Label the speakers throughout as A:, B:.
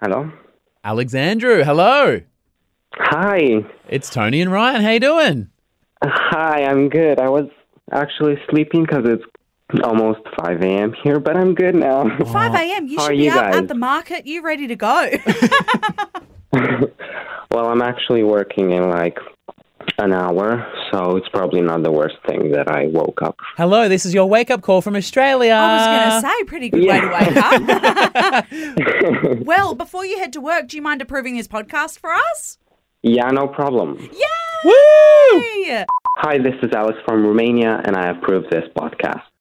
A: Hello.
B: Alexandru, hello.
A: Hi.
B: It's Tony and Ryan. How you doing?
A: Hi, I'm good. I was actually sleeping 'cause it's almost 5 a.m. here, but I'm good now.
C: 5 a.m. You
A: Oh, How
C: should
A: are
C: be
A: you
C: out
A: guys?
C: at the market. You ready to go?
A: well, I'm actually working in like an hour, so it's probably not the worst thing that I woke up.
B: Hello, this is your wake up call from Australia.
C: I was
B: Uh,
C: going to say, pretty good way to wake up. well, before you head to work, do you mind approving this podcast for us?
A: Yeah, no problem.
B: Woo!
C: Hey.
A: Hi, this is Alex from Romania, and I approve this podcast.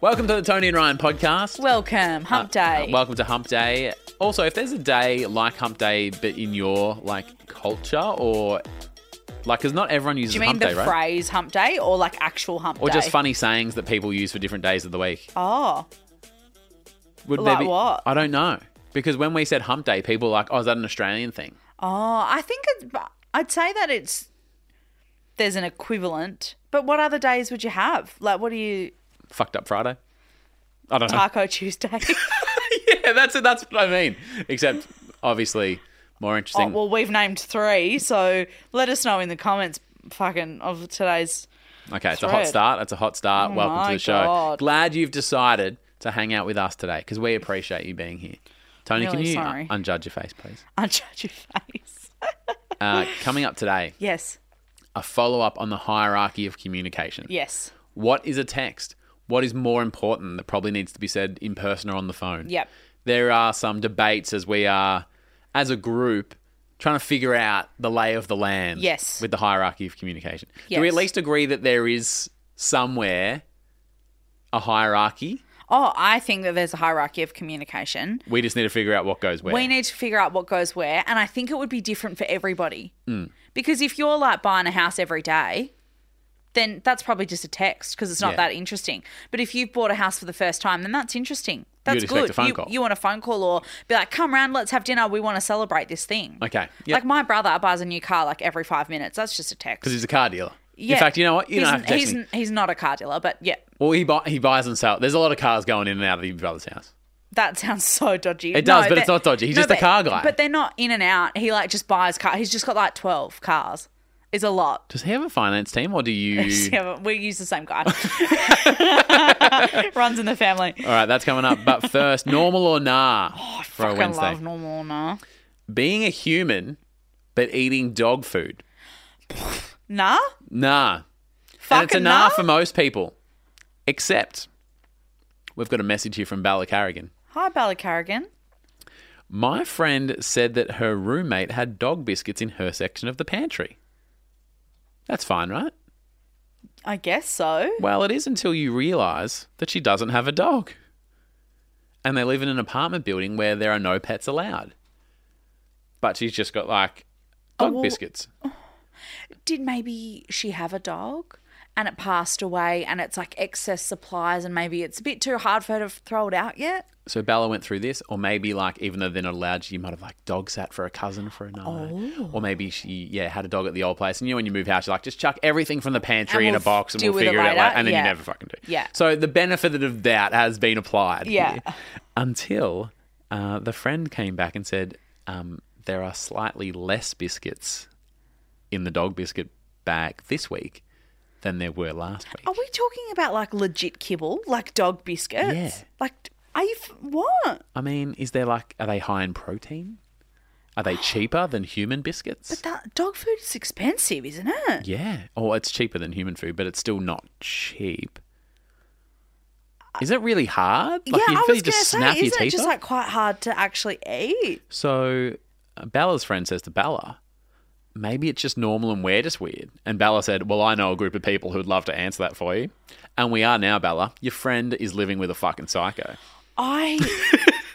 B: Welcome to the Tony and Ryan podcast.
D: Welcome,
B: Uh,
D: Hump Day.
B: Welcome to Hump Day. Also, if there's a day like Hump Day, but in your like culture or like, because not everyone uses
D: Do you mean
B: Hump
D: the
B: Day, right?
D: phrase Hump Day or like actual Hump
B: or
D: Day?
B: just funny sayings that people use for different days of the week.
D: Oh,
B: Would
D: Like
B: there be-
D: what?
B: I don't know. Because when we said hump day, people were like, oh, is that an Australian thing?
D: oh, I think it, I'd say that it's there's an equivalent. But what other days would you have? Like, what do you
B: Fucked up Friday? I don't know.
D: Taco Tuesday?
B: yeah, that's it. That's what I mean. Except, obviously, more
D: oh,
B: interesting.
D: well, we've named three, so let us know in the comments, fucking of today's.
B: okay, it's a hot
D: thread.
B: start. It's a hot start. Welcome to
D: Oh my
B: the show.
D: God.
B: Glad you've decided to hang out with us today because we appreciate you being here. Tony, can
D: Really
B: you
D: sorry.
B: un- unjudge your face, please?
D: Unjudge your face.
B: Uh, coming up today,
D: Yes,
B: a follow up on the hierarchy of communication.
D: yes,
B: What is a text? What is more important that probably needs to be said in person or on the phone?
D: Yep.
B: There are some debates as we are, as a group, trying to figure out the lay of the land.
D: Yes.
B: With the hierarchy of communication. Do we
D: Yes.
B: at least agree that there is somewhere a hierarchy?
D: Oh, I think that there's a hierarchy of communication.
B: We just need to figure out what goes where.
D: We need to figure out what goes where, and I think it would be different for everybody.
B: Hmm.
D: Because if you're like buying a house every day, then that's probably just a text because it's not
B: Yeah.
D: that interesting. But if you've bought a house for the first time, then that's interesting. That's
B: You'd expect
D: good.
B: a phone
D: you,
B: call.
D: you want a phone call or be like, "Come round, let's have dinner. We want to celebrate this thing."
B: Okay.
D: Like my brother buys a new car like every five minutes. That's just a text.
B: Because he's a car dealer.
D: Yeah.
B: In fact, you know what? You
D: he's,
B: don't have to text
D: he's,
B: me.
D: he's not a car dealer, but yeah,
B: Well, he, buy, he buys and sells. There's a lot of cars going in and out of your brother's house.
D: That sounds so dodgy.
B: It does, but it's
D: they're-
B: not dodgy. He's just a
D: but-
B: car guy.
D: But they're not in and out. He like just buys car. He's just got like twelve cars. Is a lot.
B: Does he have a finance team or do you.
D: Yeah, we use the same guy. Runs in the family.
B: All right, that's coming up. But first, normal or nah for a
D: Oh, Fucking
B: Wednesday.
D: love normal, nah.
B: Being a human but eating dog food.
D: Nah?
B: Nah. and it's a
D: Fucking
B: nah,
D: nah?
B: for most people. Except we've got a message here from Bala Carrigan.
D: Hi, Bella Carrigan.
B: My friend said that her roommate had dog biscuits in her section of the pantry. That's fine, right?
D: I guess so.
B: Well, it is until you realise that she doesn't have a dog. And they live in an apartment building where there are no pets allowed. But she's just got like
D: Oh,
B: dog
D: well-
B: biscuits.
D: Did maybe she have a dog? And it passed away, and it's like excess supplies, and maybe it's a bit too hard for her to throw it out yet.
B: So Bella went through this, or maybe like even though they're not allowed, she might have like dog sat for a cousin for a night,
D: Oh.
B: or maybe she yeah had a dog at the old place. And you know when you move house, you're like just chuck everything from the pantry
D: And
B: in a
D: we'll
B: box and
D: deal
B: we'll
D: with it
B: figure it, out,
D: later.
B: later. and then you
D: Yeah.
B: never fucking do.
D: Yeah.
B: So the benefit of doubt has been applied.
D: Yeah.
B: here. Until uh, the friend came back and said um, there are slightly less biscuits in the dog biscuit bag this week than there were last week.
D: Are we talking about like legit kibble, like dog biscuits?
B: Yeah.
D: Like, are you f- what?
B: I mean, is there like, are they high in protein? Are they cheaper than human biscuits?
D: But that dog food is expensive, isn't it?
B: yeah. Oh, it's cheaper than human food, but it's still not cheap. Is it really hard?
D: yeah, I
B: feel
D: was going to say, isn't it just like quite hard to actually eat?
B: So uh, Bella's friend says to Bella, maybe it's just normal and we're just weird. And Bella said, well, I know a group of people who'd love to answer that for you. And we are now, Bella. Your friend is living with a fucking psycho.
D: I,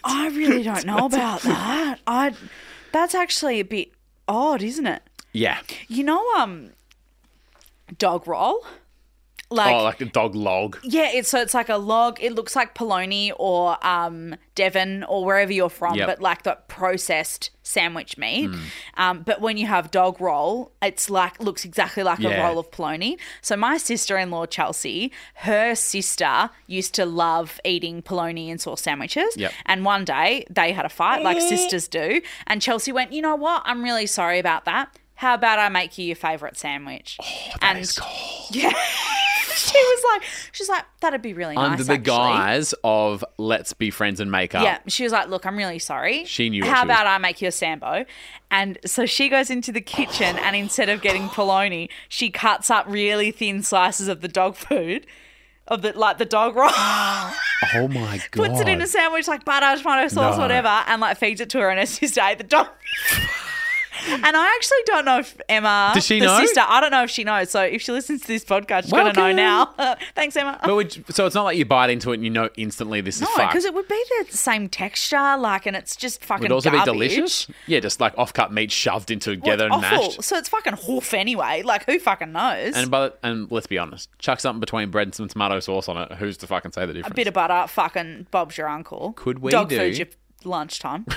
D: I really don't know about that. I, that's actually a bit odd, isn't it?
B: Yeah.
D: You know, um, dog roll. Like,
B: oh, like a dog log.
D: yeah, it's so it's like a log. It looks like polony or um, Devon or wherever you're from,
B: Yep. Hmm.
D: but like that processed sandwich meat. Um, but when you have dog roll, it's like looks exactly like a
B: Yeah.
D: roll of polony. So my sister-in-law Chelsea, her sister used to love eating polony and sauce sandwiches.
B: Yep.
D: And one day they had a fight, like sisters do. And Chelsea went, "You know what? I'm really sorry about that." How about I make you your favourite sandwich? Oh, and yeah. she was like, she's like, that'd be really nice.
B: Under the
D: actually."
B: guise of let's be friends and make up.
D: Yeah, she was like, "Look, I'm really sorry."
B: She knew what
D: How
B: she was-
D: about I make you a sambo? And so she goes into the kitchen, and instead of getting polony, she cuts up really thin slices of the dog food, of the like the dog roll,
B: Oh my god.
D: puts it in a sandwich like butter, tomato sauce,
B: No.
D: whatever, and like feeds it to her, and her sister ate the dog. And I actually don't know if Emma,
B: Does she
D: the
B: know?
D: sister, I don't know if she knows. So if she listens to this podcast, she's going to know
B: Welcome.
D: now. Thanks, Emma.
B: But would, so it's not like you bite into it and you know instantly this is
D: No,
B: fucked.
D: because it would be the same texture, like, and it's just fucking.
B: Would it also
D: garbage.
B: be delicious. Yeah, just like off cut meat shoved into
D: Well, it's
B: together and
D: awful.
B: mashed.
D: So it's fucking hoof anyway. Like, who fucking knows?
B: And but and let's be honest, chuck something between bread and some tomato sauce on it. Who's to fucking say the difference?
D: a bit of butter, fucking Bob's your uncle.
B: Could we
D: dog
B: do-
D: food your lunchtime?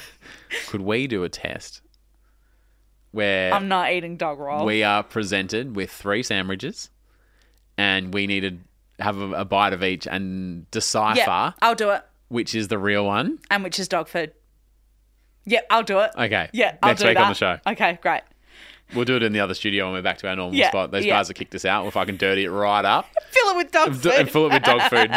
B: Could we do a test where
D: I'm not eating dog roll.
B: we are presented with three sandwiches, and we need to have a, a bite of each and decipher
D: yeah, I'll do it.
B: which is the real one?
D: And which is dog food. Yeah, I'll do it.
B: Okay.
D: Yeah, I'll
B: Next
D: do
B: week
D: that.
B: on the show,
D: Okay, great.
B: we'll do it in the other studio when we're back to our normal
D: Yeah,
B: spot. Those
D: yeah.
B: guys that kicked us out. We'll fucking dirty it right up
D: Fill it with dog food.
B: and fill it with dog food.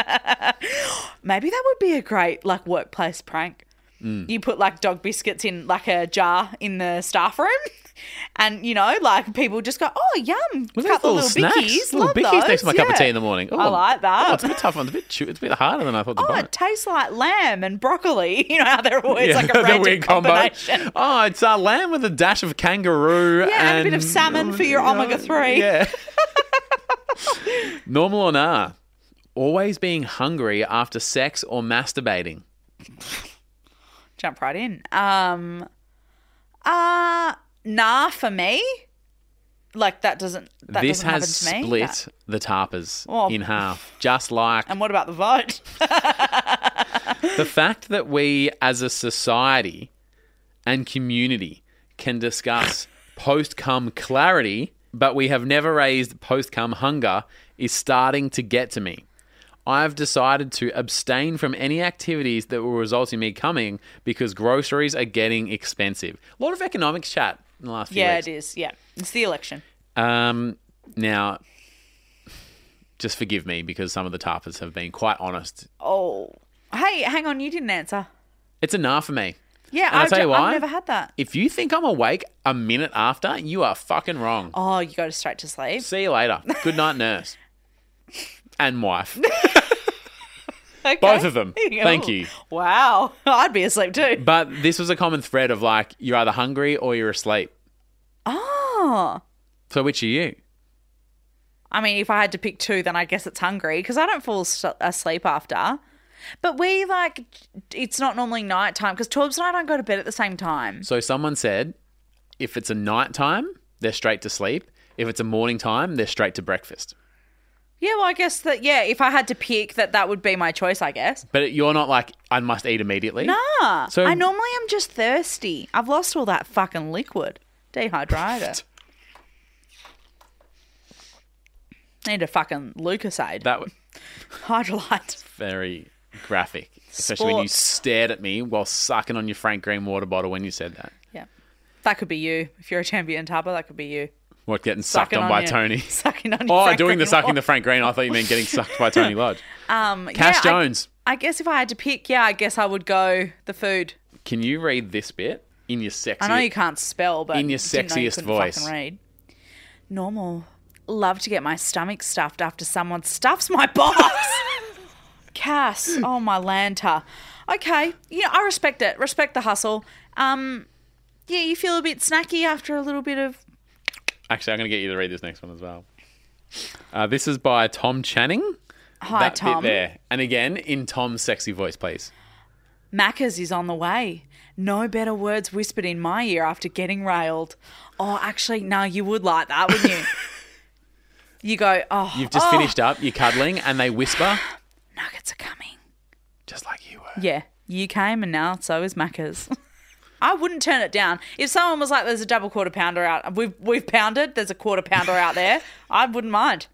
D: Maybe that would be a great like workplace prank.
B: Mm.
D: You put like dog biscuits in like a jar in the staff room, and you know like people just go, "Oh, yum!"
B: Well, those
D: Cut the
B: little
D: little
B: snacks,
D: bickies,
B: little
D: love
B: bickies
D: those.
B: next to my cup of
D: yeah.
B: tea in the morning.
D: I
B: Ooh.
D: like
B: Oh,
D: that.
B: it's a bit tough one. It's a bit, chew- it's a bit harder than I thought. The
D: Oh,
B: bite.
D: it tastes like lamb and broccoli. You know how they're always like a
B: the
D: random combination.
B: Oh, it's uh, lamb with a dash of kangaroo. um,
D: Yeah, and a bit of salmon for your omega three.
B: Yeah. Normal or nah? Always being hungry after sex or masturbating.
D: Jump right in. Um, uh, nah, for me, like that doesn't. That
B: this
D: doesn't
B: has
D: happen to
B: split
D: me.
B: the tarpers
D: Oh. Um.
B: in half. Just like
D: And what about the vote?
B: the fact that we as a society and community can discuss post cum clarity, but we have never raised post cum hunger, is starting to get to me. I've decided to abstain from any activities that will result in me coming because groceries are getting expensive. A lot of economics chat in the last few
D: Yeah,
B: weeks.
D: it is. Yeah, it's the election.
B: Um, now, just forgive me because some of the tarpers have been quite honest.
D: Oh, hey, hang on, you didn't answer.
B: It's enough for me.
D: Yeah,
B: And I'll
D: I've
B: tell
D: ju-
B: you
D: I've
B: why.
D: never had that.
B: If you think I'm awake a minute after, you are fucking wrong.
D: Oh, you go straight to sleep.
B: See you later. Good night, nurse. And wife.
D: Okay.
B: Both of them.
D: Ooh.
B: Thank you.
D: Wow, I'd be asleep too.
B: But this was a common thread of like, you're either hungry or you're asleep.
D: Oh,
B: So which are you?
D: I mean, if I had to pick two, then I guess it's hungry because I don't fall s- asleep after. But we like, it's not normally night time because Torbs and I don't go to bed at the same time.
B: So someone said if it's a night time, they're straight to sleep. If it's a morning time, they're straight to breakfast.
D: Yeah, well, I guess that, yeah, if I had to pick, that that would be my choice, I guess. Ah.
B: But you're not like, I must eat immediately.
D: Nah,
B: So-
D: I normally am just thirsty. I've lost all that fucking liquid. Dehydrator. Need a fucking Lucasade.
B: That was
D: Hydrolyte.
B: very graphic. Especially when you
D: Sports.
B: stared at me while sucking on your Frank Green water bottle when you said that.
D: Yeah. That could be you. If you're a champion tapper, that could be you.
B: What, getting sucked
D: Sucking
B: on, by
D: your-
B: Tony?
D: Sucking on your
B: Oh,
D: Frank
B: doing the
D: Green
B: sucking
D: water.
B: the Frank Green. I thought you meant getting sucked by Tony Lodge.
D: Um,
B: Cash
D: yeah, I-
B: Jones,
D: I guess if I had to pick, yeah, I guess I would go the food.
B: can you read this bit in your sexy?
D: I know you can't spell, but
B: In your
D: didn't know you
B: sexiest
D: couldn't
B: voice.
D: fucking read. Normal. Love to get my stomach stuffed after someone stuffs my box. Cass, oh my lanta. Okay, yeah, I respect it. Respect the hustle. Um, yeah, you feel a bit snacky after a little bit of.
B: Actually, I'm going to get you to read this next one as well. Uh, this is by Tom Channing.
D: Hi,
B: that
D: Tom.
B: bit there, and again in Tom's sexy voice, please.
D: Macca's is on the way. No better words whispered in my ear after getting railed. Oh, actually, no, you would like that, wouldn't you? you go, oh,
B: You've just
D: oh,
B: finished up, you're cuddling, and they whisper,
D: Nuggets are coming.
B: just like you were.
D: Yeah, you came and now so is Macca's. I wouldn't turn it down. If someone was like, "There's a double quarter pounder out. We've we've pounded. There's a quarter pounder out there." I wouldn't mind.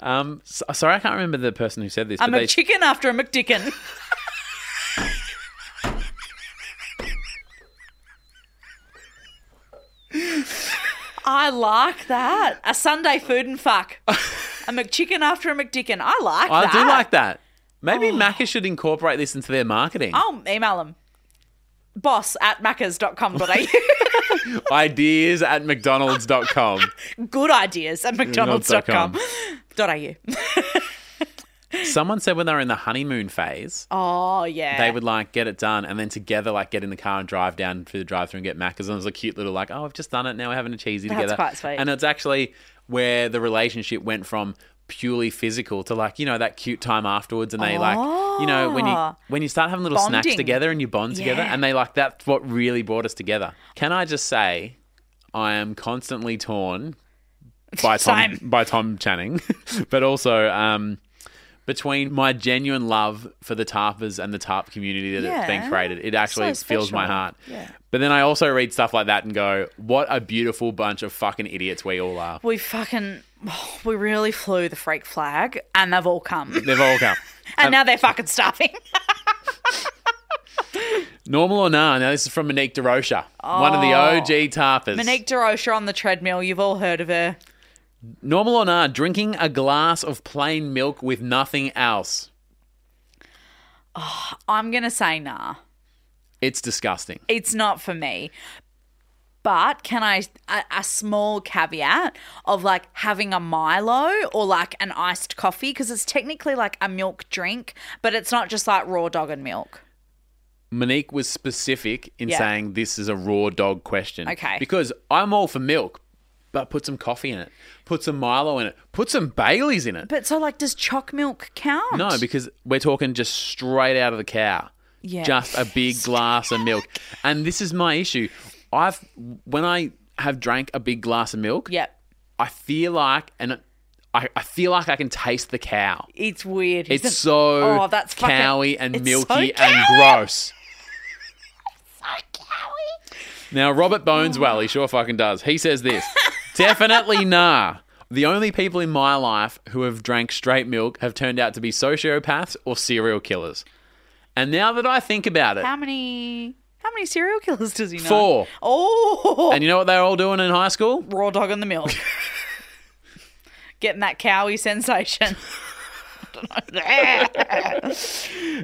B: Um, so, sorry, I can't remember the person who said this,
D: I'm
B: but
D: a
B: they,
D: chicken after a McDicken. I like that. A Sunday food and fuck. A McChicken after a McDicken. I like
B: I
D: that.
B: do like that. Maybe Macca should incorporate this into their marketing.
D: I'll email them. Boss at maccas.com.au.
B: Ideas at McDonald's.com.
D: Good ideas at
B: McDonald's.com.
D: mcdonalds.com. Dot au.
B: Someone said when they were in the honeymoon phase,
D: Oh, yeah.
B: they would like get it done and then together like get in the car and drive down through the drive through and get Macca's. And it was a cute little like, oh, I've just done it. Now we're having a cheesy
D: That's
B: together.
D: quite sweet.
B: And it's actually where the relationship went from purely physical to like, you know, that cute time afterwards. And they like, you know, when you when you start having little snacks
D: Oh. Bonding.
B: together and you bond together
D: Yeah.
B: and they like, that's what really brought us together. Can I just say, I am constantly torn by Tom
D: Same.
B: by Tom Channing, but also um, between my genuine love for the tarpers and the tarp community that it's been
D: Yeah.
B: created. It actually
D: So
B: fills my
D: special.
B: heart.
D: Yeah.
B: But then I also read stuff like that and go, "What a beautiful bunch of fucking idiots we all are."
D: we fucking, oh, we really flew the freak flag and they've all come.
B: They've all come.
D: And now they're fucking starving.
B: Normal or nah? Now this is from Monique DeRocha, one of the OG tarpers.
D: Oh. Monique DeRocha on the treadmill. You've all heard of her.
B: Normal or nah? Drinking a glass of plain milk with nothing else.
D: I'm going to say nah.
B: It's disgusting.
D: It's not for me. But can I, a, a small caveat of like having a Milo or like an iced coffee? Because it's technically like a milk drink, but it's not just like raw dog and milk.
B: Monique was specific in
D: Yeah.
B: saying this is a raw dog question.
D: Okay.
B: Because I'm all for milk, but put some coffee in it, put some Milo in it, put some Baileys in it.
D: But so, like, does chalk milk count?
B: no, because we're talking just straight out of the cow.
D: Yeah.
B: Just a big glass of milk. And this is my issue. I've when I have drank a big glass of milk,
D: Yep.
B: I feel like and I, I feel like I can taste the cow.
D: It's weird.
B: It's
D: isn't it?
B: so
D: Oh, that's fucking-
B: cowy and
D: it's
B: milky
D: so
B: and
D: cowy.
B: gross. Now, Robert Boneswell, he sure fucking does. He says this Definitely nah. The only people in my life who have drank straight milk have turned out to be sociopaths or serial killers. And now that I think about it,
D: How many? How many serial killers does he know?
B: Four.
D: Oh,
B: and you know what they're all doing in high school?
D: raw dog in the milk. Getting that cowy sensation.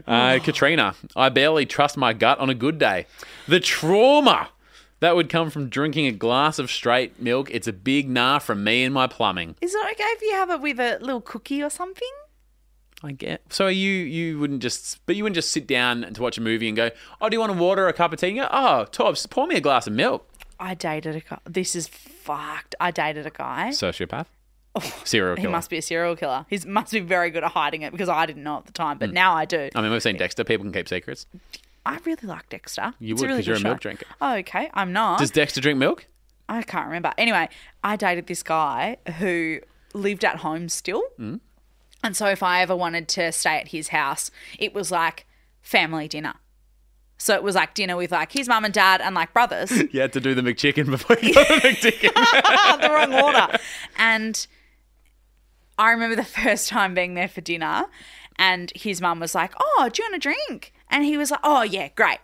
B: Uh, Katrina, I barely trust my gut on a good day. The trauma that would come from drinking a glass of straight milk, it's a big nah from me and my plumbing.
D: Is it okay if you have it with a little cookie or something?
B: I get. So you you wouldn't just, but you wouldn't just sit down to watch a movie and go, oh, do you want a water or a cup of tea? And you go, oh, Tobbs, pour me a glass of milk.
D: I dated a guy. This is fucked. I dated a guy.
B: Sociopath, serial
D: Oh, He
B: killer.
D: must be a serial killer. He must be very good at hiding it because I didn't know at the time,
B: Mm.
D: but now I do.
B: I mean, we've seen Dexter. People can keep secrets.
D: I really like Dexter.
B: You
D: It's
B: would,
D: really
B: 'cause you're
D: good
B: a milk
D: show.
B: drinker.
D: Oh, okay, I'm not.
B: Does Dexter drink milk?
D: I can't remember. Anyway, I dated this guy who lived at home still.
B: Mm.
D: And so if I ever wanted to stay at his house, it was like family dinner. So it was like dinner with like his mum and dad and like brothers.
B: You had to do the McChicken before you got the McChicken.
D: Ah, the wrong order. And I remember the first time being there for dinner, and his mum was like, Oh, do you want a drink? And he was like, Oh, yeah, great.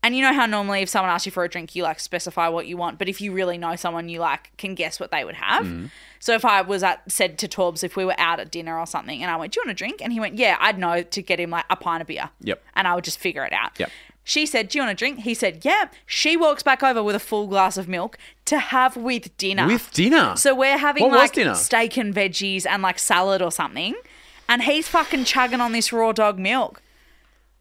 D: And you know how normally if someone asks you for a drink, you like specify what you want, but if you really know someone, you like can guess what they would have.
B: Mm-hmm.
D: So if I was at said to Torbs if we were out at dinner or something, and I went, "Do you want a drink?" and he went, "Yeah," I'd know to get him like a pint of beer.
B: Yep.
D: And I would just figure it out.
B: Yep.
D: She said, "Do you want a drink?" He said, "Yeah." She walks back over with a full glass of milk to have with dinner.
B: With dinner?
D: So we're having
B: What was
D: like
B: dinner?
D: steak and veggies and like salad or something, and he's fucking chugging on this raw dog milk.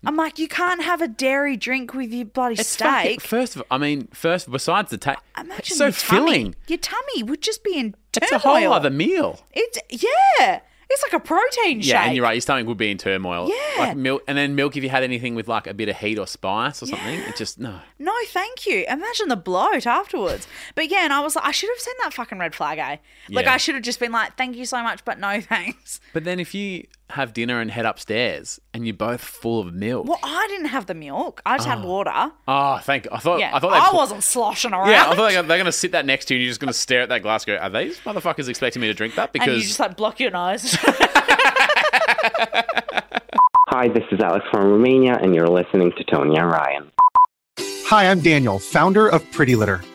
D: I'm like, you can't have a dairy drink with your bloody
B: Fucking-
D: steak.
B: First of, I mean, first besides the taste,
D: Imagine
B: it's so
D: your tummy-
B: filling.
D: Your tummy would just be in turmoil.
B: It's a whole other meal.
D: It's yeah. It's like a protein shake.
B: Yeah, and you're right. Your stomach would be in turmoil.
D: Yeah.
B: Like milk, and then milk if you had anything with like a bit of heat or spice or something. It just no.
D: No, thank you. Imagine the bloat afterwards. But yeah, and I was like, I should have sent that fucking red flag, eh? Like,
B: Yeah.
D: I should have just been like, thank you so much, but no thanks.
B: But then if you have dinner and head upstairs and you're both full of milk.
D: Well, I didn't have the milk. I
B: Ah.
D: just had water.
B: Oh, thank. I thought.
D: Yeah,
B: I
D: I,
B: thought they. put-
D: wasn't sloshing around.
B: Yeah, I thought they- they're going to sit that next to you and you're just going to stare at that glass. And go, are these motherfuckers expecting me to drink that?
D: and you
B: Because
D: just like block your nose.
A: Hi, this is Alex from Romania, and you're listening to Tony and Ryan.
E: Hi, I'm Daniel, founder of Pretty Litter.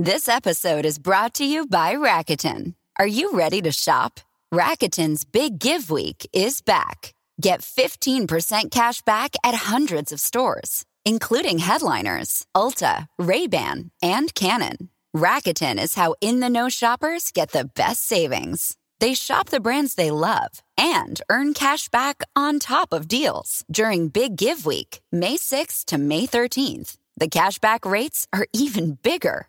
F: This episode is brought to you by Rakuten. Are you ready to shop? Rakuten's Big Give Week is back. Get 15% cash back at hundreds of stores, including headliners, Ulta, Ray-Ban, and Canon. Rakuten is how in the know shoppers get the best savings. They shop the brands they love and earn cash back on top of deals during Big Give Week, May 6th to May 13th. The cashback rates are even bigger.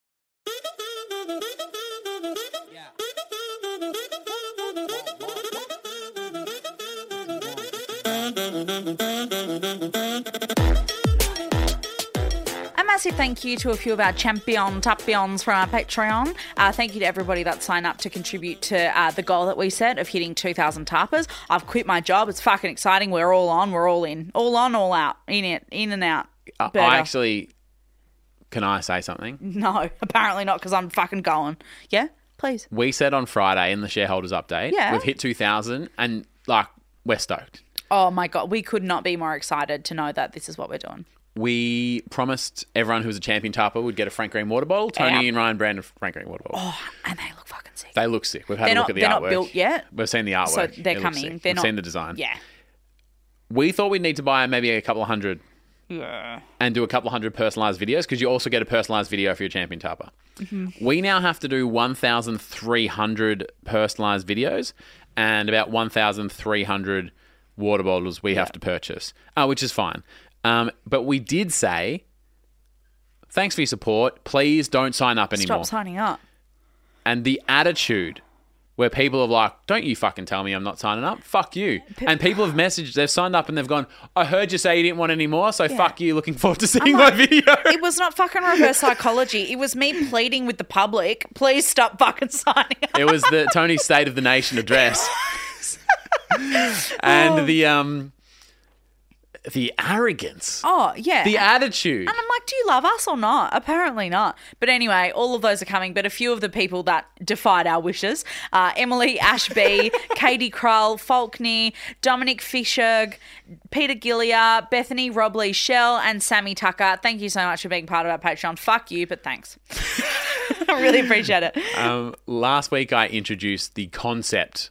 D: A massive thank you to a few of our champion tapions from our Patreon. Uh, thank you to everybody that signed up to contribute to uh, the goal that we set of hitting 2,000 tapas. I've quit my job. It's fucking exciting. We're all on. We're all in. All on, all out. In it. In and out.
B: I-
D: Burger. Mm-hmm.
B: I actually. Can I say something?
D: No, apparently not because I'm fucking going. Yeah? Please.
B: we said on Friday in the shareholders update,
D: Yeah.
B: we've hit 2,000 and like we're stoked.
D: Oh my God. We could not be more excited to know that this is what we're doing.
B: We promised everyone who was a champion tarper would get a Frank Green water bottle. Tony and Ryan branded Frank Green water bottle.
D: And they look fucking sick.
B: they look sick. We've had
D: Oh. They're
B: a look
D: not-
B: at the
D: they're
B: artwork.
D: not built yet.
B: We've seen the artwork.
D: So they're
B: It looks
D: coming.
B: sick.
D: They're
B: We've
D: not-
B: seen the design.
D: Yeah.
B: We thought we'd need to buy maybe a couple of hundred. And do a couple of hundred personalized videos because you also get a personalized video for your champion tarper. We now have to do 1,300 personalized videos and about 1,300 water bottles we have to purchase, uh, which is fine. Um, but we did say, thanks for your support. Please don't sign up anymore.
D: Stop signing up.
B: and the attitude where people are like, don't you fucking tell me I'm not signing up. Fuck you. And people have messaged, they've signed up and they've gone, I heard you say you didn't want any more, so fuck you. Looking forward to seeing my video.
D: It was not fucking reverse psychology. It was me pleading with the public, please stop fucking signing up.
B: It was the Tony State of the Nation address.
D: Oh.
B: and the um the arrogance.
D: Oh, yeah.
B: The
D: and
B: attitude.
D: I'm like, do you love us or not? Apparently not. But anyway, all of those are coming. But a few of the people that defied our wishes uh, Emily Ashby, Katie Krull, Faulkney, Dominic Fisher, Peter Gillier, Bethany Robley Shell, and Sammy Tucker. Thank you so much for being part of our Patreon. Fuck you, but thanks. I really appreciate it.
B: Um, last week I introduced the concept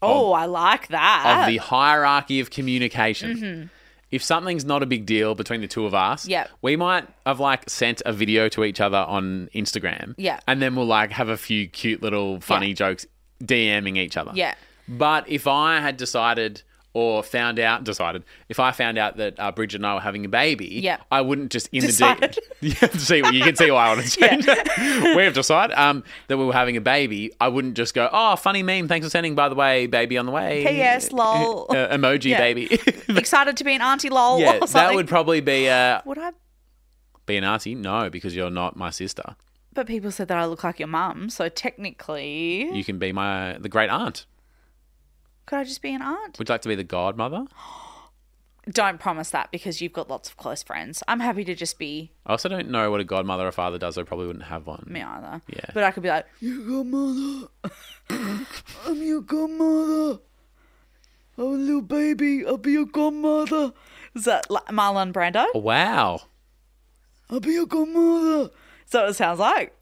D: Oh, I like that.
B: of the hierarchy of communication. If something's not a big deal between the two of us,
D: Mm-hmm. Yep.
B: we might have like sent a video to each other on Instagram.
D: Yeah.
B: And then we'll like have a few cute little funny jokes DMing each other.
D: Yeah.
B: But if I had decided or found out, decided, if I found out that uh, Bridget and I were having a baby,
D: Yeah.
B: I wouldn't just in
D: Decided.
B: the DM. see, you can see why I want to change it. We have decided um, that we were having a baby. I wouldn't just go, oh, funny meme. Thanks for sending, by the way, baby on the way.
D: P.S. Lol.
B: Uh, emoji baby.
D: Excited to be an auntie lol.
B: yeah,
D: or
B: that
D: something.
B: would probably be uh,
D: Would I?
B: be an auntie. No, because you're not my sister.
D: But people said that I look like your mum, so technically,
B: You can be my the great aunt.
D: could I just be an aunt?
B: Would you like to be the godmother?
D: Don't promise that because you've got lots of close friends. I'm happy to just be
B: I also don't know what a godmother or father does. So I probably wouldn't have one.
D: me either.
B: Yeah.
D: But I could be like, Your godmother. I'm your godmother. I'm a little baby. I'll be your godmother. Is that like Marlon Brando?
B: Wow.
D: I'll be your godmother. Is that what it sounds like?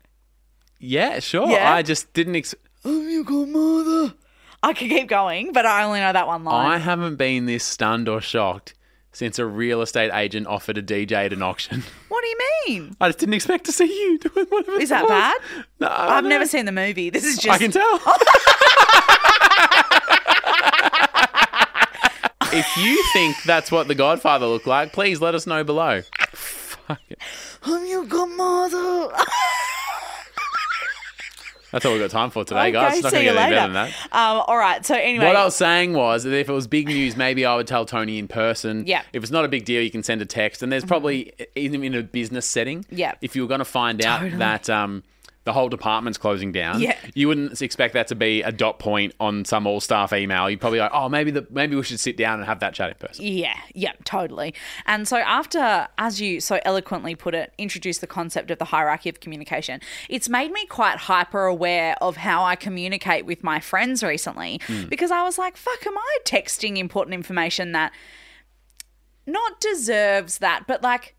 B: Yeah, sure.
D: Yeah.
B: I just didn't. Ex-
D: I'm your godmother. I could keep going, but I only know that one
B: I
D: line.
B: haven't been this stunned or shocked since a real estate agent offered a DJ at an auction.
D: What do you mean?
B: I just didn't expect to see you doing whatever.
D: Is
B: it
D: that
B: was.
D: bad?
B: No, I
D: I've
B: don't
D: never
B: know.
D: seen the movie. This is
B: I
D: just
B: can tell. if you think that's what the Godfather looked like, please let us know below.
D: I'm your godmother.
B: That's all we've got time for today,
D: Okay,
B: guys. It's not
D: see
B: going to get
D: you
B: any
D: later.
B: better than that.
D: Um, all right. So anyway,
B: What I was saying was that if it was big news, maybe I would tell Tony in person.
D: Yeah. Mm-hmm.
B: If it's not a big deal, you can send a text. And there's probably even in a business setting.
D: Yeah.
B: If you were going to find out that um, the whole department's closing down,
D: Yeah.
B: you wouldn't expect that to be a dot point on some all staff email. You'd probably like, oh, maybe the maybe we should sit down and have that chat in person.
D: Yeah, yeah, totally. And so, after, as you so eloquently put it, introduced the concept of the hierarchy of communication, it's made me quite hyper aware of how I communicate with my friends recently
B: Hmm.
D: because I was like, fuck, am I texting important information that not deserves that, but like,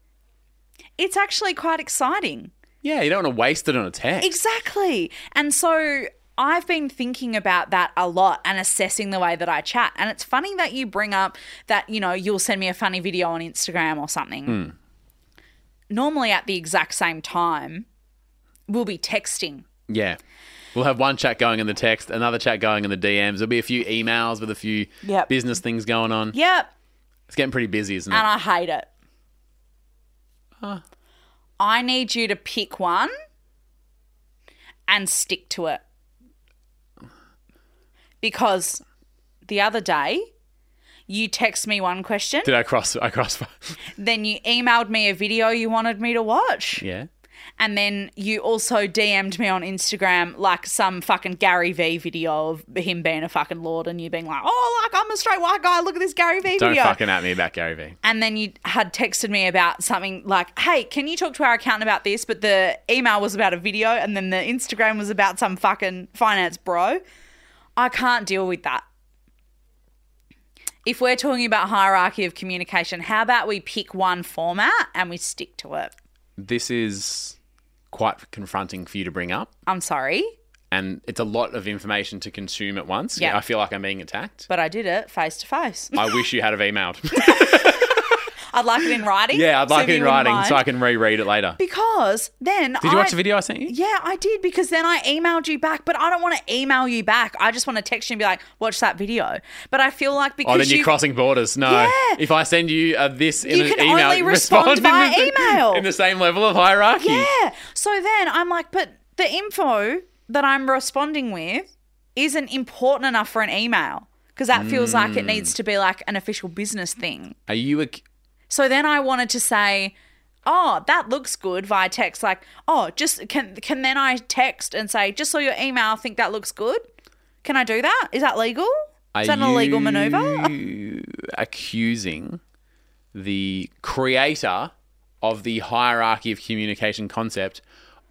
D: it's actually quite exciting.
B: Yeah. You don't want to waste it on a text.
D: Exactly. And so I've been thinking about that a lot and assessing the way that I chat. And it's funny that you bring up that, you know, you'll send me a funny video on Instagram or something. Normally at the exact same time, we'll be texting.
B: yeah. We'll have one chat going in the text, another chat going in the DMs. There'll be a few emails with a few
D: Yep.
B: business things going on.
D: Yep.
B: It's getting pretty busy, isn't it?
D: And I hate it. I need you to pick one and stick to it. Because the other day, you text me one question,
B: Did I cross? I cross.
D: then you emailed me a video you wanted me to watch,
B: yeah.
D: and then you also DM'd me on Instagram like some fucking Gary Vee video of him being a fucking lord and you being like, oh, like I'm a straight white guy, look at this Gary Vee
B: Don't
D: video.
B: fucking at me about Gary Vee.
D: and then you had texted me about something like, "Hey, can you talk to our accountant about this?" But the email was about a video, and then the Instagram was about some fucking finance bro. I can't deal with that. If we're talking about hierarchy of communication, how about we pick one format and we stick to it?
B: This is quite confronting for you to bring up,
D: I'm sorry,
B: and it's a lot of information to consume at once.
D: Yeah.
B: I feel like I'm being attacked.
D: but I did it face to face.
B: I wish you had have emailed.
D: I'd like it in writing.
B: yeah, I'd
D: so
B: like
D: if
B: it in
D: you wouldn't
B: writing so I
D: mind.
B: can reread it later.
D: Because then
B: Did you
D: I-
B: watch the video I sent you?
D: Yeah, I did because then I emailed you back, but I don't want to email you back. I just want to text you and be like, watch that video. But I feel like because
B: Oh, then you're
D: you-
B: crossing borders. No,
D: Yeah.
B: if I send you uh, this in
D: You
B: an
D: can
B: email,
D: only respond
B: in
D: via
B: the-
D: email.
B: in the same level of hierarchy.
D: Yeah. So then I'm like, but the info that I'm responding with isn't important enough for an email because that feels like
B: Hmm.
D: it needs to be like an official business thing.
B: Are you a?
D: So then I wanted to say, "Oh, that looks good" via text. Like, "Oh, just can can then I text and say, just saw your email, think that looks good? Can I do that? Is that legal?
B: Are
D: Is that an illegal maneuver?"
B: you accusing the creator of the hierarchy of communication concept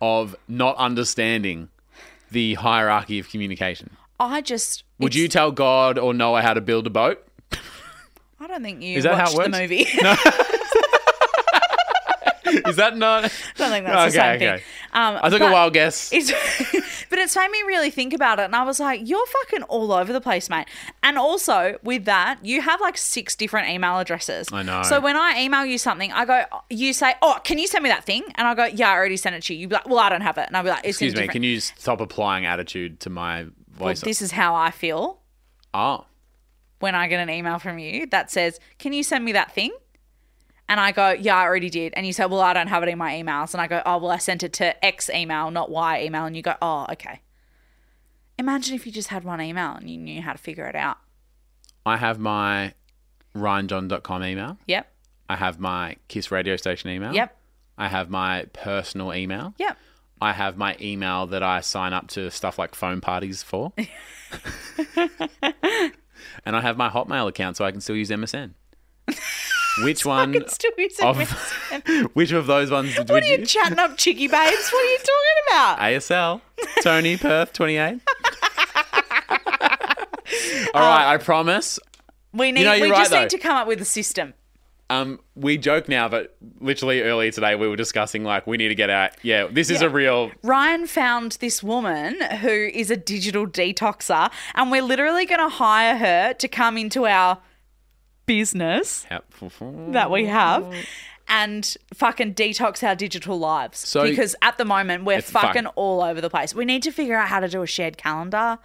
B: of not understanding the hierarchy of communication?
D: I just
B: Would you tell God or Noah how to build a boat?
D: I don't think you
B: Is that how
D: watched
B: it works?
D: the movie.
B: Is that not?
D: I don't think that's the same
B: Okay, okay.
D: thing. Um,
B: I took a
D: but
B: wild guess.
D: It's, but it's made me really think about it, and I was like, "You're fucking all over the place, mate." And also with that, you have like six different email addresses.
B: I know.
D: So when I email you something, I go, "You say, oh, can you send me that thing?" And I go, "Yeah, I already sent it to you." You be like, "Well, I don't have it," and I'll be like, it's in a
B: Excuse me.
D: different-
B: Can you stop applying attitude to my
D: Well,
B: voice?
D: this is how I feel
B: oh,
D: when I get an email from you that says, "Can you send me that thing?" And I go, "Yeah, I already did." And you say, "Well, I don't have it in my emails." And I go, "Oh, well, I sent it to X email, not Y email." And you go, "Oh, okay." Imagine if you just had one email and you knew how to figure it out.
B: I have my ryanjohn.com email.
D: Yep.
B: I have my Kiss radio station email.
D: Yep.
B: I have my personal email.
D: Yep.
B: I have my email that I sign up to stuff like phone parties for. and I have my Hotmail account so I can still use MSN. Which one
D: It's too easy.
B: of
D: what
B: which of those ones did
D: are you chatting up, chickie babes? What are you talking about?
B: ASL, Tony Perth, twenty eight. All right, I promise.
D: we need.
B: know, you're
D: we
B: right,
D: just
B: though.
D: need to come up with a system.
B: Um, we joke now, but literally earlier today we were discussing like we need to get out. Yeah, this is a real.
D: Ryan found this woman who is a digital detoxer, and we're literally going to hire her to come into our business that we have and fucking detox our digital lives.
B: So-
D: because at the moment we're
B: It's fuck-
D: fucking all over the place. We need to figure out how to do a shared calendar.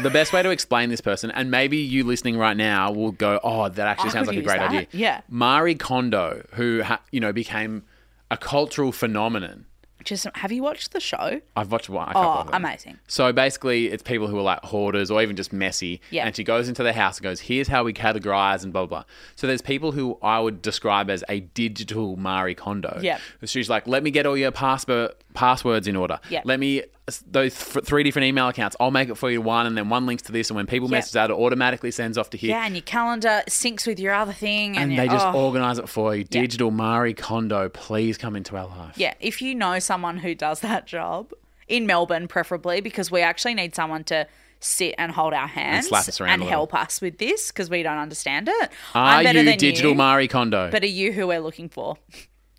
B: the best way to explain this person, and maybe you listening right now will go, "Oh, that actually
D: I
B: sounds
D: could
B: like a
D: use
B: great
D: that."
B: idea."
D: Yeah.
B: Mari Kondo, who ha- you know became a cultural phenomenon.
D: Just have you watched the show?
B: I've watched one. A couple
D: Oh,
B: of them.
D: amazing.
B: So basically, it's people who are like hoarders or even just messy.
D: Yeah.
B: And she goes into their house and goes, here's how we categorize and blah, blah, blah. So there's people who I would describe as a digital Marie Kondo.
D: Yeah.
B: She's like, let me get all your password passwords in order.
D: Yeah.
B: Let me, those f- three different email accounts, I'll make it for you one and then one links to this. And when people
D: Yeah.
B: message out, it automatically sends off to here.
D: Yeah, and your calendar syncs with your other thing,
B: And
D: and, it-
B: they just
D: oh.
B: organize it for you. Digital Marie Kondo, please come into our life.
D: Yeah, if you know someone who does that job in Melbourne, preferably, because we actually need someone to sit and hold our hands
B: slap us around a little.
D: help us with this because we don't understand it.
B: Are
D: I'm better
B: you
D: than
B: digital
D: you,
B: Marie Kondo?
D: But are you who we're looking for?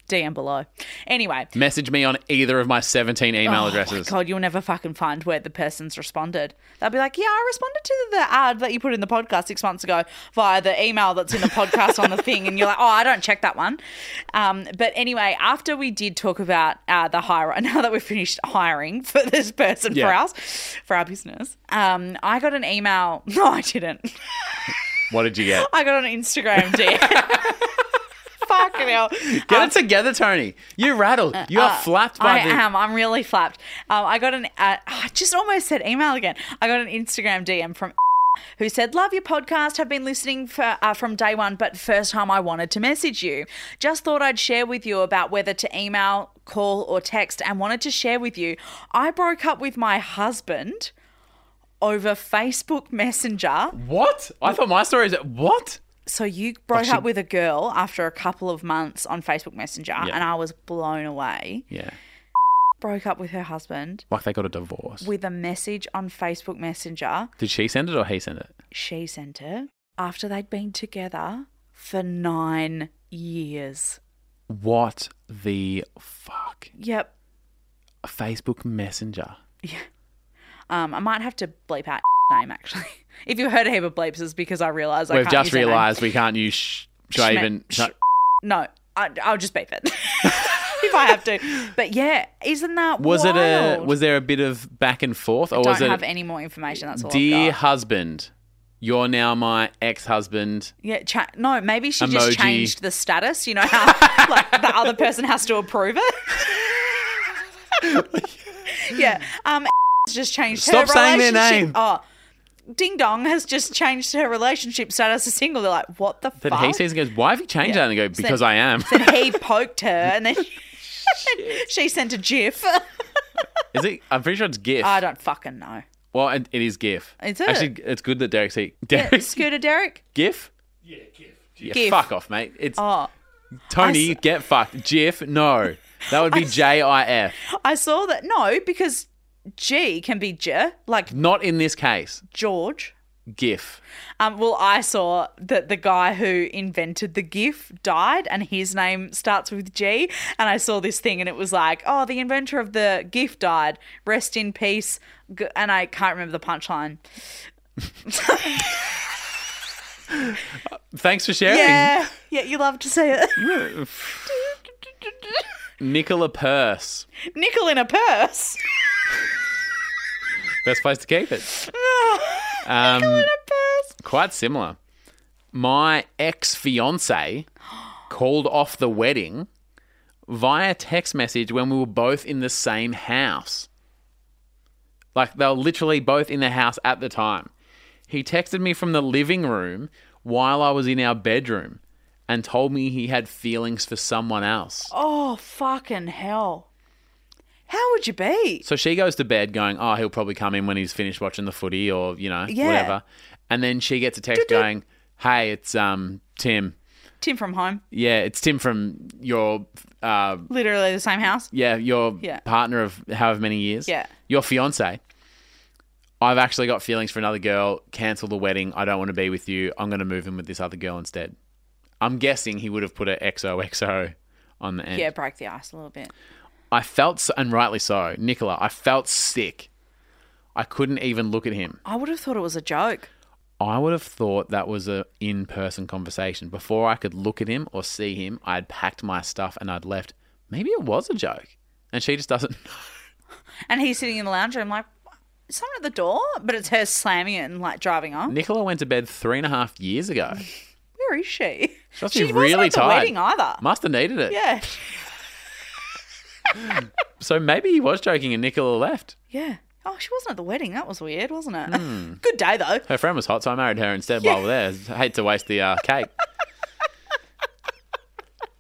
D: DM below. Anyway,
B: Message me on either of my 17 email
D: oh my
B: addresses.
D: God, you'll never fucking find where the person's responded. They'll be like, "Yeah, I responded to the ad that you put in the podcast six months ago via the email that's in the podcast on the thing," and you're like, "Oh, I don't check that one." Um, but anyway, after we did talk about uh, the hire, now that we've finished hiring for this person for
B: Yeah.
D: us for our business, um, I got an email. No, I didn't.
B: What did you get?
D: I got an Instagram DM. fucking hell.
B: Get
D: Um,
B: it together, Tony. You're rattled. You are flapped by
D: uh, I
B: the.
D: am. I'm really flapped. Um, I got an. Uh, I just almost said email again. I got an Instagram DM from who said, "Love your podcast. Have been listening for, uh, from day one, but first time I wanted to message you. Just thought I'd share with you about whether to email, call, or text, and wanted to share with you. I broke up with my husband." Over Facebook Messenger.
B: What? I thought my story is what?
D: So you broke up with a girl after a couple of months on Facebook Messenger, and I was blown away.
B: Yeah,
D: Broke up with her husband.
B: like they got a divorce.
D: with a message on Facebook Messenger.
B: Did she send it or he sent it?
D: She sent it after they'd been together for nine years.
B: What the fuck?
D: Yep.
B: A Facebook Messenger.
D: Um, I might have to bleep out name actually. If you heard a heap of bleeps, it's because I realised I
B: We've
D: can't
B: just
D: use her name.
B: realised we can't use. Sh- should I
D: Schme-
B: even?
D: sh-
B: should I-
D: No, I, I'll just beep it if I have to. But yeah, isn't that
B: was it a?
D: wild?
B: Was there a bit of back and forth, or
D: Don't
B: was it?
D: have any more information. That's all.
B: dear
D: I've got.
B: husband, you're now my ex-husband.
D: Yeah, cha- no, maybe she
B: Emoji.
D: just changed the status. You know how like the other person has to approve it. yeah, um, just changed.
B: Stop
D: her
B: saying their
D: relationship-
B: name.
D: Oh, Ding Dong has just changed her relationship status to single. They're like, what the
B: Then
D: fuck?
B: he sees and goes, "Why have you changed
D: Yeah.
B: that?" And I go,
D: So-
B: "Because I am."
D: Then he poked her, and then she sent a GIF.
B: is it? I'm pretty sure it's GIF.
D: I don't fucking know.
B: Well, it, it is GIF.
D: Is it?
B: Actually, it's good that Derek's he- Derek's
D: Scooter Derek.
B: GIF. Yeah, GIF.
D: GIF.
B: fuck off, mate. It's
D: Oh,
B: Tony.
D: I
B: get fucked. GIF. No, that would be J I F.
D: I saw that. No, because G can be J, like
B: Not in this case.
D: George.
B: GIF.
D: Um, well, I saw that the guy who invented the GIF died, and his name starts with G. And I saw this thing, and it was like, "Oh, the inventor of the GIF died. Rest in peace." G- And I can't remember the punchline.
B: Thanks for sharing.
D: Yeah, yeah, you love to see it.
B: Nicola Purse.
D: Nickel in a purse.
B: Best place to keep it. Um, Quite similar. My ex fiance called off the wedding via text message when we were both in the same house. Like they were literally both in the house at the time. He texted me from the living room while I was in our bedroom and told me he had feelings for someone else.
D: Oh, fucking hell! How would you be?
B: So she goes to bed going, oh, he'll probably come in when he's finished watching the footy or, you know,
D: Yeah.
B: whatever. And then she gets a text going, hey, it's um Tim.
D: Tim from home,
B: Yeah, it's Tim from your uh,
D: literally the same house.
B: yeah your
D: Yeah.
B: partner of however many years.
D: Yeah.
B: your fiance. I've actually got feelings for another girl. Cancel the wedding. I don't want to be with you. I'm going to move in with this other girl instead. I'm guessing he would have put a XOXO on the end.
D: Yeah, break the ice a little bit.
B: I felt, so, and rightly so, Nicola, I felt sick. I couldn't even look at him.
D: I would have thought it was a joke.
B: I would have thought that was a in-person conversation. Before I could look at him or see him, I had packed my stuff and I'd left. Maybe it was a joke, and she just doesn't. know.
D: And he's sitting in the lounge room, like, "Is someone at the door, but it's her slamming it and like driving off.
B: Nicola went to bed three and a half years ago.
D: Where is she?
B: She must
D: She
B: be
D: wasn't
B: really
D: at the
B: tired.
D: wedding either.
B: Must have needed it.
D: Yeah,
B: So maybe he was joking, and Nicola left.
D: yeah. Oh, she wasn't at the wedding. That was weird, wasn't it?
B: Hmm.
D: Good day though.
B: Her friend was hot, so I married her instead while we're there. I hate to waste the uh, cake.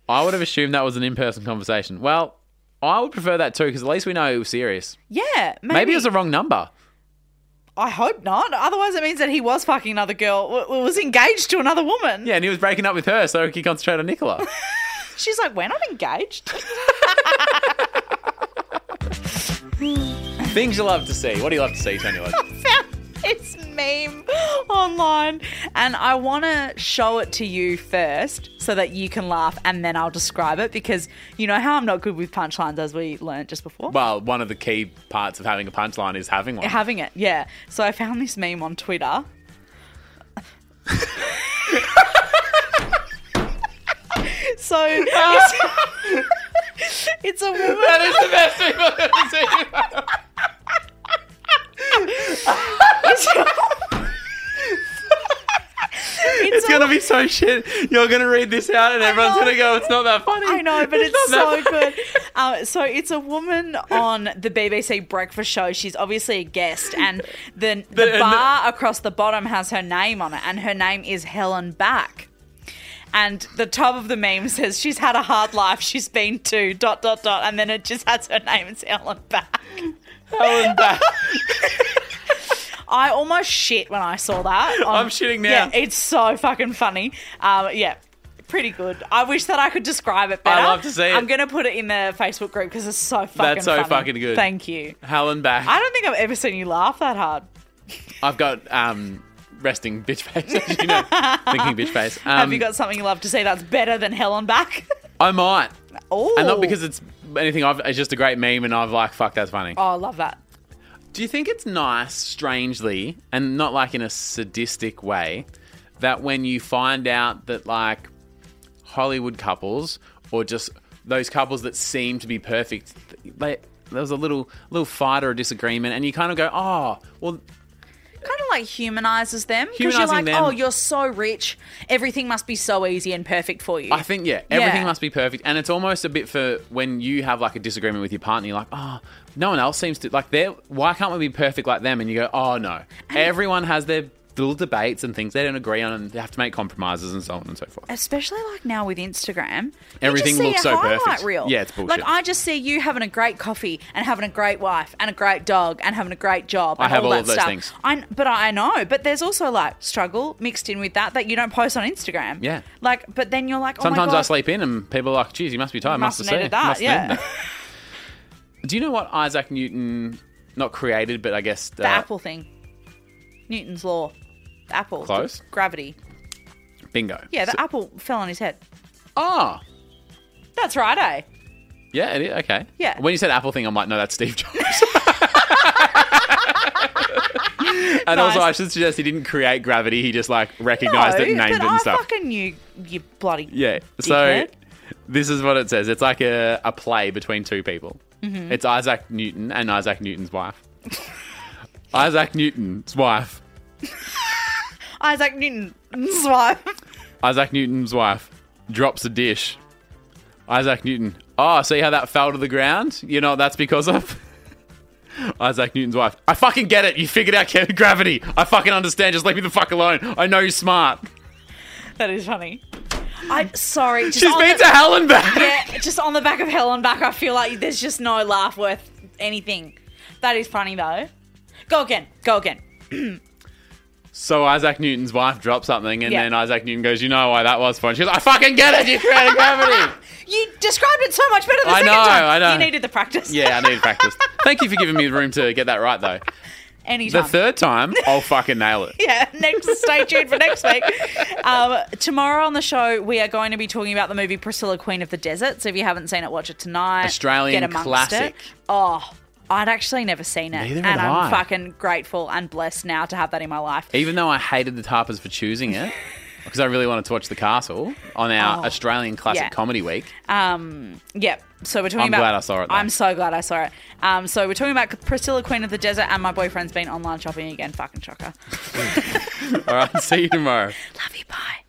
B: I would have assumed that was an in-person conversation. Well, I would prefer that too, because at least we know it was serious.
D: Yeah, maybe.
B: Maybe, it was the wrong number.
D: I hope not. Otherwise, it means that he was fucking another girl. w- w- Was engaged to another woman.
B: Yeah, and he was breaking up with her, so he could concentrate on Nicola.
D: She's like, we're not engaged.
B: Things you love to see. What do you love to see, Tony? Lodge?
D: found this meme online and I want to show it to you first so that you can laugh and then I'll describe it because you know how I'm not good with punchlines as we learned just before.
B: well, one of the key parts of having a punchline is having one.
D: Having it, yeah. So I found this meme on Twitter. so it's, it's a woman.
B: that is the best thing I've ever seen. It's
D: a-
B: gonna be so shit. You're gonna read this out, and everyone's gonna go, "It's not that funny."
D: I know, but it's
B: not
D: so
B: that
D: good. Uh, so it's a woman on the BBC breakfast show. She's obviously a guest, and the, the,
B: and
D: bar across the bottom has her name on it, and her name is Helen Back. And the top of the meme says she's had a hard life. She's been to dot dot dot, and then it just has her name. It's Helen Back.
B: Helen Back.
D: I almost shit when I saw that. Um,
B: I'm shitting now.
D: Yeah, it's so fucking funny. Um, yeah, pretty good. I wish that I could describe it better.
B: love to see it.
D: I'm gonna put it in the Facebook group because it's so fucking.
B: That's so
D: funny.
B: fucking good.
D: Thank you.
B: Helen Back.
D: I don't think I've ever seen you laugh that hard.
B: I've got um, resting bitch face. as you know, thinking bitch face. Um,
D: Have you got something you love to say that's better than Helen Back?
B: I might,
D: oh,
B: and not because it's anything. I've, it's just a great meme, and I've like, fuck, that's funny.
D: Oh, I love that.
B: Do you think it's nice, strangely, and not like in a sadistic way, that when you find out that like Hollywood couples or just those couples that seem to be perfect, they, there was a little little fight or a disagreement, and you kind of go, oh, well,
D: Kind of like humanizes them because you're
B: Humanising
D: like,
B: them.
D: oh, you're so rich, everything must be so easy and perfect for you.
B: I think yeah, everything
D: Yeah.
B: must be perfect, and it's almost a bit for when you have like a disagreement with your partner. You're like, oh, no one else seems to like they. Why can't we be perfect like them? And you go, oh no, everyone has their little debates and things they don't agree on, and they have to make compromises and so on and so
D: Oh
B: forth.
D: especially like now with Instagram,
B: Everything
D: you just see
B: looks
D: a
B: so
D: highlight
B: perfect.
D: Reel.
B: Yeah, it's bullshit.
D: Like I just see you having a great coffee and having a great wife and a great dog and having a great job.
B: I
D: and
B: have all
D: that
B: of those
D: stuff.
B: things.
D: I but I know, but there's also like struggle mixed in with that that you don't post on Instagram.
B: Yeah.
D: like but then you're like, oh my
B: Sometimes
D: God,
B: I sleep in, and people are like, geez, you must be tired. Must,
D: must
B: have said
D: needed that,
B: must have
D: yeah.
B: needed that. Do you know what Isaac Newton, not created, but I guess uh,
D: the apple thing, Newton's law, the apple, the
B: Close.
D: gravity.
B: Bingo.
D: Yeah, the
B: So-
D: apple fell on his head.
B: Ah,
D: That's right, eh?
B: yeah, it is. Okay.
D: Yeah.
B: When you said Apple thing, I'm like, no, that's Steve Jobs. and also, I should suggest he didn't create gravity. He just like recognized it,
D: no,
B: and named
D: but
B: it,
D: I
B: and stuff.
D: fucking knew you bloody
B: Yeah. So
D: dickhead.
B: this is what it says. It's like a, a play between two people.
D: Mm-hmm.
B: It's Isaac Newton and Isaac Newton's wife. Isaac Newton's wife.
D: Isaac Newton's wife.
B: Isaac Newton's wife drops a dish. Isaac Newton. Oh, see how that fell to the ground? You know what that's because of? Isaac Newton's wife. I fucking get it. You figured out ca- gravity. I fucking understand. Just leave me the fuck alone. I know you're smart.
D: That is funny. I'm sorry. Just
B: She's
D: on
B: been
D: the,
B: to hell and back.
D: yeah, just on the back of Helen Back, I feel like there's just no laugh worth anything. That is funny though. Go again. Go again.
B: So Isaac Newton's wife dropped something, and
D: Yeah.
B: then Isaac Newton goes, "You know why that was for?" And she goes, "I fucking get it. You created gravity."
D: You described it so much better the
B: I
D: second
B: know,
D: time.
B: I know.
D: You needed the practice.
B: yeah, I need practice. Thank you for giving me the room to get that right, though. The
D: Anytime.
B: third time, I'll fucking nail it.
D: yeah, next, stay tuned for next week. Um, tomorrow on the show, we are going to be talking about the movie Priscilla, Queen of the Desert. So if you haven't seen it, watch it tonight.
B: Australian
D: Get amongst
B: classic.
D: It. Oh, I'd actually never seen it.
B: Neither
D: and
B: had
D: I'm
B: I.
D: fucking grateful and blessed now to have that in my life.
B: Even though I hated the Tarpers for choosing it, because I really wanted to watch The Castle on our Australian Classic
D: yeah.
B: Comedy Week.
D: Um, yep. So we're
B: I'm
D: talking about.
B: glad I saw it, though.
D: I'm so glad I saw it. Um, so we're talking about Priscilla, Queen of the Desert, and my boyfriend's been online shopping again. Fucking shocker.
B: All right, see you tomorrow.
D: Love you. Bye.